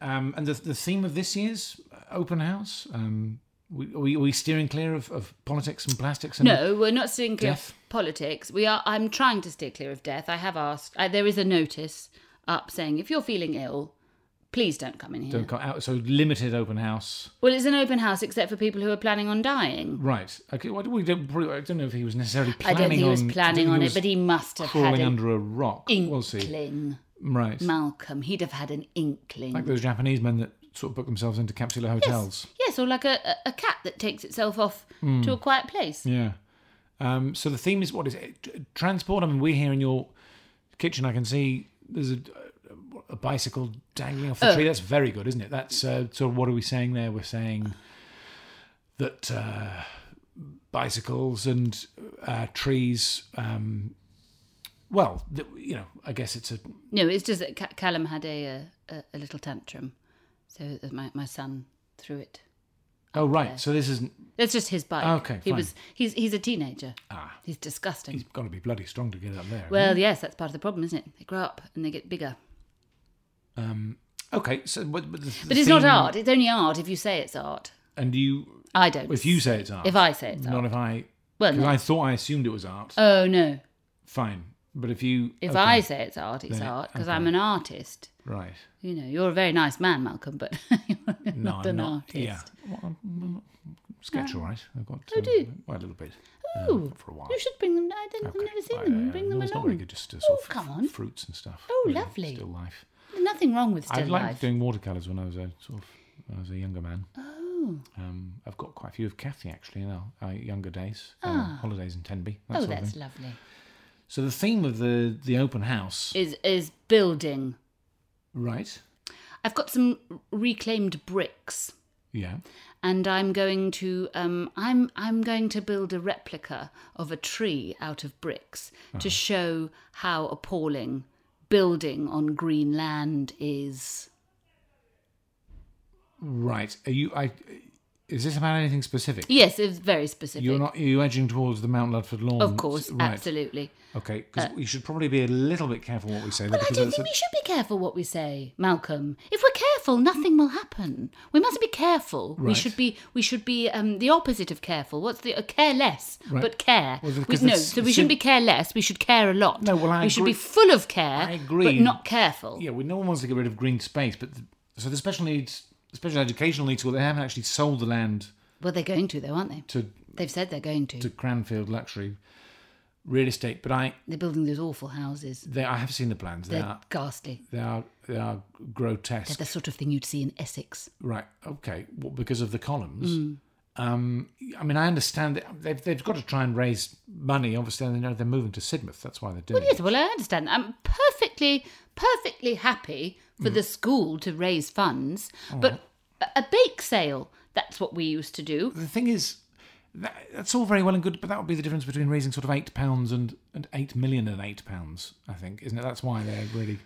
A: Um, and the, the theme of this year's uh, open house. Um, we, are, we, are we steering clear of, of politics and plastics? And
G: No, we're not steering clear
A: Death.
G: of politics. We are. I'm trying to steer clear of death. I have asked. I, there is a notice up saying if you're feeling ill, please don't come in here.
A: Don't come out. So limited open house.
G: Well, it's an open house except for people who are planning on dying.
A: Right. Okay. Well, we don't. probably- I don't know if he was necessarily
G: I
A: planning
G: don't think he was
A: on-
G: planning
A: I
G: on
A: don't think
G: it, but he must have
A: crawling
G: had an
A: under a rock. We'll see.
G: inkling.
A: Right.
G: Malcolm, he'd have had an inkling.
A: Like those Japanese men that sort of book themselves into capsular hotels.
G: Yes, or like a, a- a cat that takes itself off to a quiet place.
A: Hmm. Yeah. Um, so the theme is what is it? T- Transport. I mean, we're here in your kitchen. I can see there's a, a bicycle dangling off the
G: Oh.
A: tree. That's very good, isn't it? That's uh, sort of what are we saying there? We're saying that uh, bicycles and uh, trees. Um, well, th- you know, I guess it's a
G: No, it's just that Ca- Callum had a, uh, a a little tantrum, so that my my son threw it.
A: Oh right, so this isn't.
G: That's just his bike.
A: Okay,
G: he
A: fine.
G: was he's he's a teenager.
A: Ah,
G: He's disgusting.
A: he's got to be bloody strong to get up there.
G: well, yes, that's part of the problem, isn't it? They grow up and they get bigger.
A: um, okay, so but, but, the,
G: But it's not art. It's only art if you say it's art.
A: And you,
G: I don't.
A: if you say it's art,
G: If I say it's
A: not
G: art.
A: if I,
G: well,
A: because
G: no.
A: I thought I assumed it was art.
G: oh no.
A: Fine, but if you,
G: If
A: okay,
G: I say it's art, it's
A: Then it-
G: art because
A: okay.
G: I'm an artist.
A: right,
G: You know, you're a very nice man, Malcolm, but you're
A: no,
G: not
A: I'm
G: an
A: not.
G: artist.
A: Yeah, well, I'm, I'm not- sketch all right. I've got.
G: Oh, do you?
A: well, a little bit. um,
G: Ooh,
A: for a while.
G: you should bring them. I don't,
A: Okay.
G: I've never seen
A: I-
G: them.
A: I-
G: bring
A: no,
G: them
A: it's not
G: along.
A: very good, just to sort
G: Oh,
A: of
G: come
A: f-
G: on.
A: fruits and stuff.
G: Oh,
A: really,
G: lovely.
A: Still life.
G: There's nothing wrong with
A: I
G: still
A: liked
G: life.
A: doing watercolors when I was a sort of, when I was a younger man.
G: Oh,
A: Um, I've got quite a few of Kathy actually in our, our younger days, uh,
G: Ah.
A: holidays in Tenby. That
G: oh,
A: sort of
G: that's
A: thing.
G: lovely.
A: So the theme of the the open house,
G: Is is building.
A: right?
G: I've got some reclaimed bricks.
A: Yeah.
G: and I'm going to um, I'm I'm going to build a replica of a tree out of bricks
A: Uh-huh.
G: to show how appalling building on green land is.
A: Right. Are you? I. Is this about anything specific?
G: Yes, it's very specific.
A: You're not. Are you edging towards the Mount Ludford lawn?
G: of course,
A: Right.
G: absolutely. Uh,
A: Okay. Because we should probably be a little bit careful what we say. there,
G: Well, I
A: because
G: don't
A: that's
G: think
A: a-
G: we should be careful what we say, Malcolm. If we're careful, nothing will happen. We must be careful. We
A: Right.
G: should be we should be um, the opposite of careful. What's the uh, careless
A: Right.
G: but care?
A: Well,
G: We-
A: because
G: no,
A: that's-
G: so we shouldn't
A: sin-
G: be careless. We should care a lot.
A: No, well, I
G: we should
A: agree-
G: be full of care.
A: I agree.
G: but not careful.
A: Yeah. Well, no one wants to get rid of green space, but the, so the special needs, the special educational needs school, they haven't actually sold the land
G: Well, they're going to though, aren't they?
A: to
G: They've said they're going to.
A: to Cranfield Luxury Real Estate, but I
G: They're building those awful houses.
A: They, I have seen the plans. They
G: They're
A: are
G: ghastly.
A: they are they are grotesque.
G: They're the sort of thing you'd see in Essex.
A: right. Okay. Well, because of the columns, Um, I mean, I understand that they've, they've got to try and raise money. Obviously, and they know they're moving to Sidmouth. That's why they're doing
G: Yes,
A: it.
G: well, I understand. I'm perfectly, perfectly happy
A: Mm.
G: for the school to raise funds,
A: Oh.
G: but a- a bake sale, that's what we used to do.
A: The thing is, that, that's all very well and good, but that would be the difference between raising sort of eight pounds and and eight million and eight pounds. I think, isn't it? That's why they're really.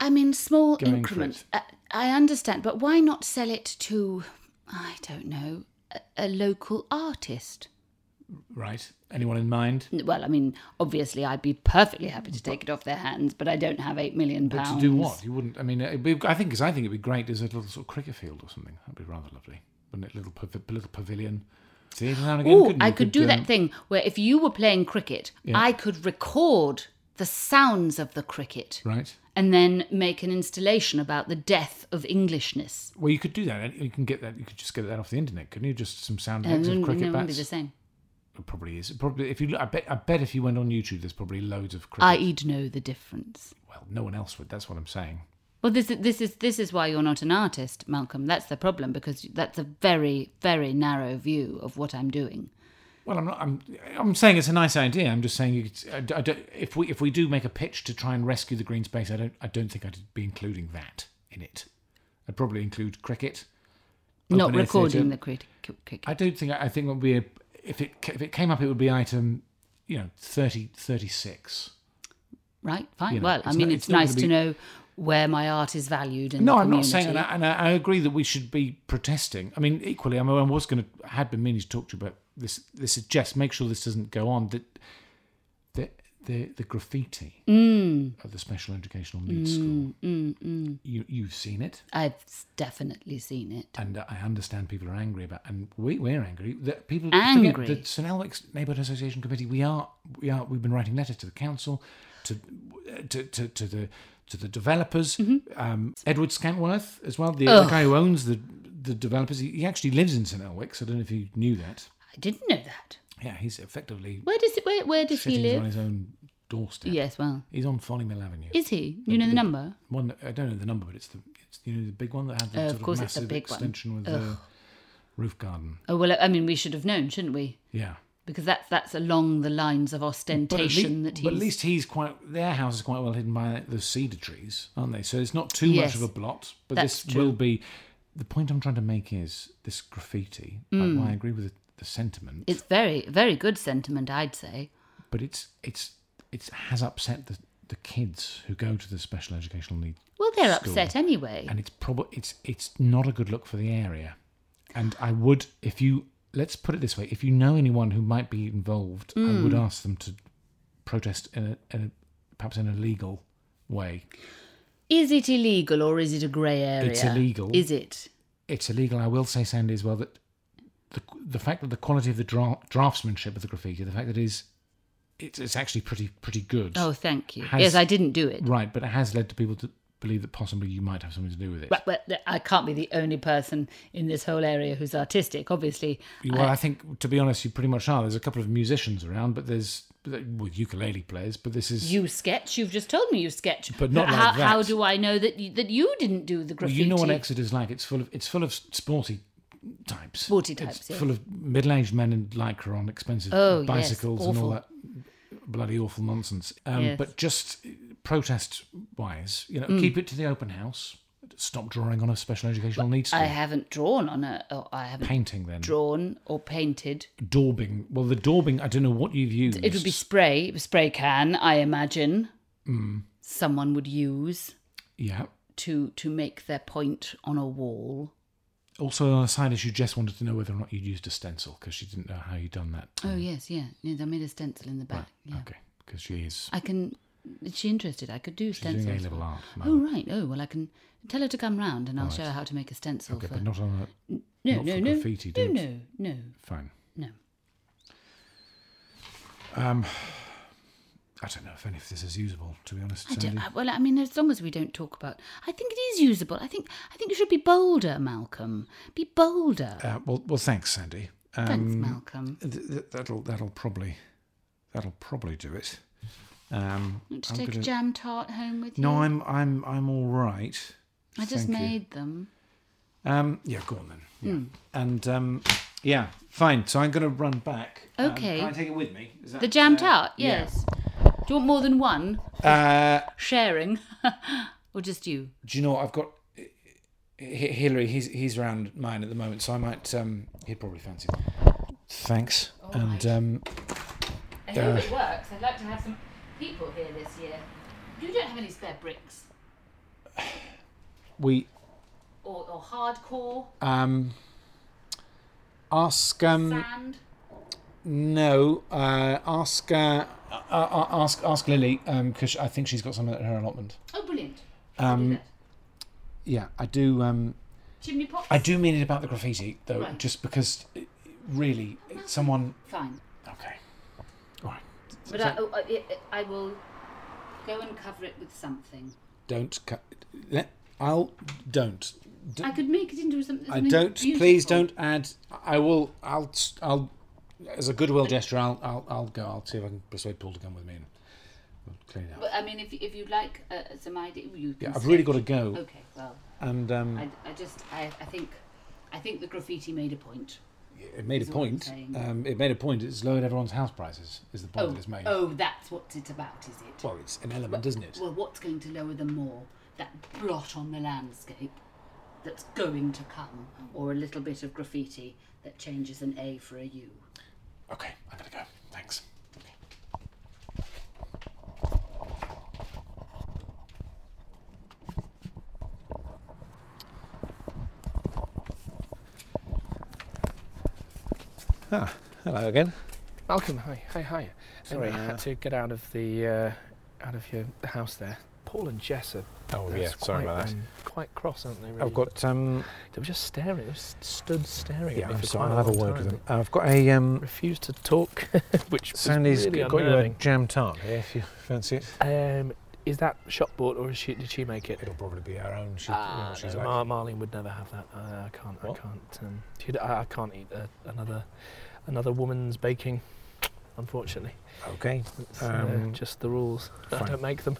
G: I mean, small
A: Going for
G: increments. I, I understand, but why not sell it to, I don't know, a, a local artist?
A: Right. Anyone in mind?
G: Well, I mean, obviously, I'd be perfectly happy to take it off their hands, but I don't have eight million
A: But to
G: pounds.
A: do what? You wouldn't. I mean, it'd be, I think 'cause I think it'd be great as a little sort of cricket field or something. That'd be rather lovely, wouldn't it? Little pav- little pavilion. See, now and again,
G: Ooh,
A: couldn't
G: I
A: you?
G: could do
A: um,
G: that thing where if you were playing cricket,
A: Yeah.
G: I could record the sounds of the cricket
A: Right.
G: and then make an installation about the death of Englishness.
A: Well, you could do that. You can get that. You could just get that off the internet, couldn't you? Just some sound
G: And
A: effects
G: it
A: of
G: wouldn't- it
A: cricket
G: wouldn't be
A: bats.
G: the same.
A: It probably is. It probably if you. look- I bet. I bet if you went on YouTube, there's probably loads of cricket.
G: I'd know the difference.
A: Well, no one else would. That's what I'm saying.
G: Well, this is this is this is why you're not an artist, Malcolm. That's the problem because that's a very very narrow view of what I'm doing.
A: Well, I'm not. I'm. I'm saying it's a nice idea. I'm just saying you. Could, I d- I don't- if we if we do make a pitch to try and rescue the green space, I don't. I don't think I'd be including that in it. I'd probably include cricket.
G: not
A: open air
G: recording
A: theatre.
G: the cricket. cricket.
A: I don't think. I think it would be a, if it ca- if it came up, it would be item, you know, 30, 36.
G: right, fine.
A: you know,
G: well, I
A: it's
G: mean,
A: not-
G: it's,
A: it's not
G: nice
A: gonna
G: to
A: be-
G: know where my art is valued. In
A: No,
G: the
A: I'm not saying, and
G: community.
A: I, and I I agree that we should be protesting. I mean, equally, I, mean, I was going to, had been meaning to talk to you about this. This is just make sure this doesn't go on. That the the the graffiti
G: Mm.
A: at the special educational needs school. You you've seen it,
G: I've s- definitely seen it.
A: and I understand people are angry about, and we we're angry that people
G: Angry?
A: Forget, the St Albans Neighbourhood Association Committee. We are we are we've been writing letters to the council, to to to, to the to the developers,
G: Mm-hmm.
A: um, Edward Scantworth as well, the, the guy who owns the the developers. He, he actually lives in St Elwick's. I don't know if you knew that.
G: I didn't know that.
A: Yeah, he's effectively
G: Where does it? Where, where does he
A: sitting on
G: live?
A: his own doorstep.
G: Yes, well,
A: he's on Folly Mill Avenue.
G: is he? You know the number.
A: one I don't know the number, but it's the it's you know the big one that had the
G: Oh, of
A: sort of,
G: course it's the
A: massive
G: big one.
A: extension with the roof garden.
G: Oh well, I mean, we should have known, shouldn't we?
A: Yeah.
G: Because that's that's along the lines of
A: But at,
G: ostentation
A: lea-
G: that he's.
A: but at least he's quite. Their house is quite well hidden by the cedar trees, aren't they? So it's not too
G: Yes.
A: much of a blot. But
G: That's
A: this
G: true.
A: will be. The point I'm trying to make is this graffiti. Like, well, I agree with the, the sentiment,
G: Mm. It's very very good sentiment, I'd say.
A: but it's it's it has upset the the kids who go to the special educational need,
G: Well, they're
A: School.
G: upset anyway.
A: and it's probably it's it's not a good look for the area. And I would, if you let's put it this way, if you know anyone who might be involved, I would ask them to protest in a, in a perhaps in a legal way
G: Is it illegal or is it a grey area?
A: It's illegal.
G: Is it?
A: it's illegal. I will say, Sandy, as well that the the fact that the quality of the dra- draftsmanship of the graffiti, the fact that it is, it's it's actually pretty pretty good.
G: Oh, thank you.
A: Has-
G: yes, I didn't do it.
A: right, but it has led to people to believe that possibly you might have something to do with it.
G: But, but th- I can't be the only person in this whole area who's artistic. Obviously,
A: You- well, I, think to be honest, you pretty much are. There's a couple of musicians around, but there's with ukulele players, but this is
G: you sketch. You've just told me you sketch.
A: But not like
G: how,
A: that.
G: how do I know that you, that you didn't do the
A: Well,
G: graffiti?
A: you know what Exeter's like. It's full of it's full of sporty types.
G: Sporty
A: It's
G: types, yeah.
A: Full of middle-aged men in lycra on expensive
G: Oh, yes,
A: bicycles and all
G: awful.
A: that bloody awful nonsense. Um,
G: Yes. Mm.
A: But just protest-wise, you know, keep it to the open house. Stop drawing on a special educational needs
G: I
A: school.
G: haven't drawn on a. Oh, I haven't
A: Painting then
G: drawn or painted.
A: daubing. Well, the daubing. I don't know what you've used.
G: It would be spray, spray can. I imagine
A: Hmm.
G: someone would use
A: yeah.
G: to to make their point on a wall.
A: Also on a side issue, Jess wanted to know whether or not you'd used a stencil because she didn't know how you'd done that.
G: Oh yes, yeah. Yes, I made a stencil in the back. Yeah.
A: Okay, because she is
G: I can. Is she interested? I could do
A: she's
G: stencils.
A: doing A level art. at the
G: Oh
A: moment.
G: right. Oh well, I can tell her to come round, and I'll show her how to make a stencil
A: Okay,
G: for.
A: but not on a
G: no,
A: not
G: no,
A: for
G: no,
A: graffiti,
G: no,
A: don't-
G: no, no,
A: Fine.
G: no.
A: Um, I don't know if any of this is usable, to be honest.
G: I
A: Sandy.
G: don't, I- well, I mean, as long as we don't talk about, I think it is usable. I think, I think you should be bolder, Malcolm. Be bolder.
A: Uh, well, well, thanks, Sandy. Um,
G: Thanks, Malcolm.
A: th- th- that'll that'll probably that'll probably do it. Um,
G: Want to
A: I'm
G: take a
A: gonna-
G: jam tart home with you?
A: No, I'm I'm I'm all right.
G: I just
A: thank you.
G: made them. Hmm.
A: Um, yeah, go on then. Yeah. And um, Yeah, fine. So I'm going to run back. Um,
G: Okay.
A: can I take it with me? Is that,
G: The jam
A: uh,
G: tart,
A: yeah.
G: yes. Do you want more than one
A: Uh,
G: sharing, or just you?
A: do you know what? I've got H- H- Hillary. He's he's around mine at the moment, so I might. Um, he'd probably fancy. One. Thanks.
G: Oh,
A: and um,
G: I
A: hope
G: it works. I'd like to have some people here this year. You don't have any spare bricks
A: we
G: or, or hardcore
A: um, ask um,
G: sand.
A: No, uh, ask uh, uh, uh, ask ask Lily because I think she's got some at her allotment.
G: Oh, brilliant!
A: Um, Yeah, I do. Um,
G: Chimney pots.
A: I do mean it about the graffiti though,
G: Right.
A: just because uh, really someone.
G: Fine,
A: Okay, all right.
G: but I, oh, I, I will go and cover it with something.
A: Don't cut. Let, I'll don't. D-
G: I could make it into some-
A: I
G: something.
A: don't. Please
G: beautiful.
A: don't add. I will. I'll. s- I'll. As a goodwill gesture, I'll. I'll. I'll go. I'll see if I can persuade Paul to come with me and we'll clean it up.
G: But I mean, if if you'd like uh, some idea, you. Can
A: Yeah, I've really
G: sketch.
A: got to go.
G: Okay, well,
A: And um,
G: oh, I, I just I, I think I think the graffiti made a point.
A: it made a
G: is what I'm
A: point.
G: saying.
A: Um, it made a point. It's lowered everyone's house prices. Is the point
G: Oh,
A: that it's made?
G: oh, that's what it's about, is it?
A: Well, it's an element, isn't it?
G: Well, what's going to lower them more? That blot on the landscape that's going to come, or a little bit of graffiti that changes an A for a U.
A: Okay, I'm gonna go. Thanks. Ah, hello again.
H: Malcolm, hi, hi, hi. Sorry, uh, I had to get out of the uh, out of your house there. Paul and Jess are
A: Oh
H: that's
A: yeah, sorry
H: quite,
A: about that.
H: um, quite cross, aren't they? Really?
A: I've got um.
H: They were just staring. They just stood staring.
A: Yeah,
H: at me
A: I'm
H: for
A: sorry.
H: quite
A: I'll have a
H: long
A: word
H: time.
A: with them. I've got a um.
H: Refused to talk, which was
A: Sandy's
H: really
A: got you uh, a
H: unnerving.
A: jam tart here if you fancy it.
H: Um, is that shop bought or is she, did she make it?
A: It'll probably be our own. She, you know,
H: Ah,
A: she's
H: no,
A: like-
H: Mar- Marlene would never have that. I, I can't.
A: What?
H: I can't. Um, she'd, I, I can't eat uh, another another woman's baking. Unfortunately,
A: okay.
H: it's uh,
A: Um,
H: just the rules. I
A: fine.
H: don't make them.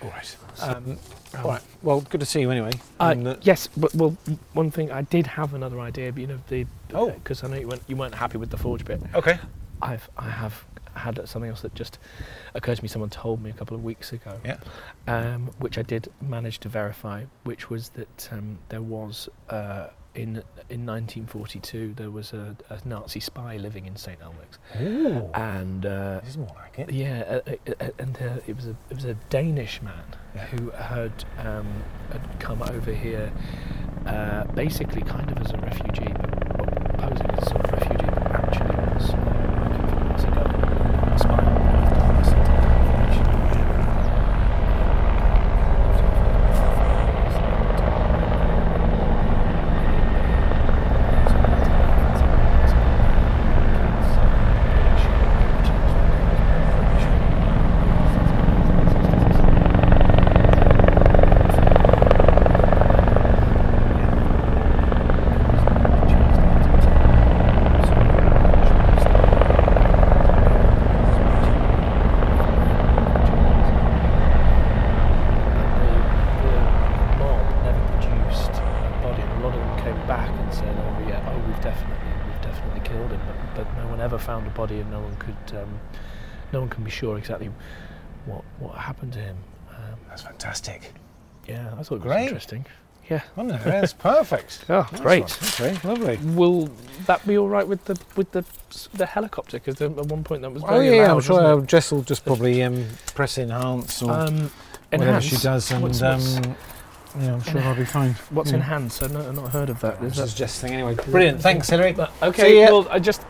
A: All right.
H: So-
A: Um,
H: Um,
A: all right. Well, good to see you anyway.
H: Uh,
A: And, uh,
H: yes, but well, one thing I did have another idea, but you know the
A: Oh.
H: because I know you weren't you weren't happy with the forge bit.
A: Okay.
H: I've I have had something else that just occurred to me. Someone told me a couple of weeks ago,
A: Yeah.
H: um, which I did manage to verify, which was that um, there was uh, in in 1942 there was a, a Nazi spy living in St Elmo's,
A: Ooh.
H: and uh,
A: this is more like it.
H: yeah, uh, uh, uh, and uh, it was a it was a Danish man
A: Yeah.
H: who had um, had come over here, uh, basically kind of as a refugee, but but posing as sort of refugee, but actually was uh, working for the Nazi government, spying on the Nazi information. uh, the mob never produced a body. A lot of them came back and said, "Oh yeah, oh we've definitely, we've definitely killed him," but, but no one ever found a body, and no one could, um, no one can be sure exactly what what happened to him. Um,
A: That's fantastic.
H: yeah, I thought it was
A: Great.
H: interesting. Yeah.
A: Oh, no, that's perfect.
H: Oh,
A: Nice
H: great.
A: one. Okay, lovely.
H: Will that be all right with the with the s- the helicopter? Because at one point that was
A: Oh
H: very
A: yeah,
H: loud,
A: I'm sure
H: wasn't
A: uh, Jess will just probably um, press enhance
H: it?
A: or
H: um,
A: whatever she
H: enhance.
A: does, and
H: What's- what's-
A: um, yeah, I'm sure I'll be fine.
H: What's
A: yeah.
H: enhanced? I've not, I've not heard of that. Is
A: This
H: that
A: is Jess' thing anyway. Brilliant. Thanks, Hillary.
H: But-
A: See
H: Okay,
A: ya.
H: well, I just.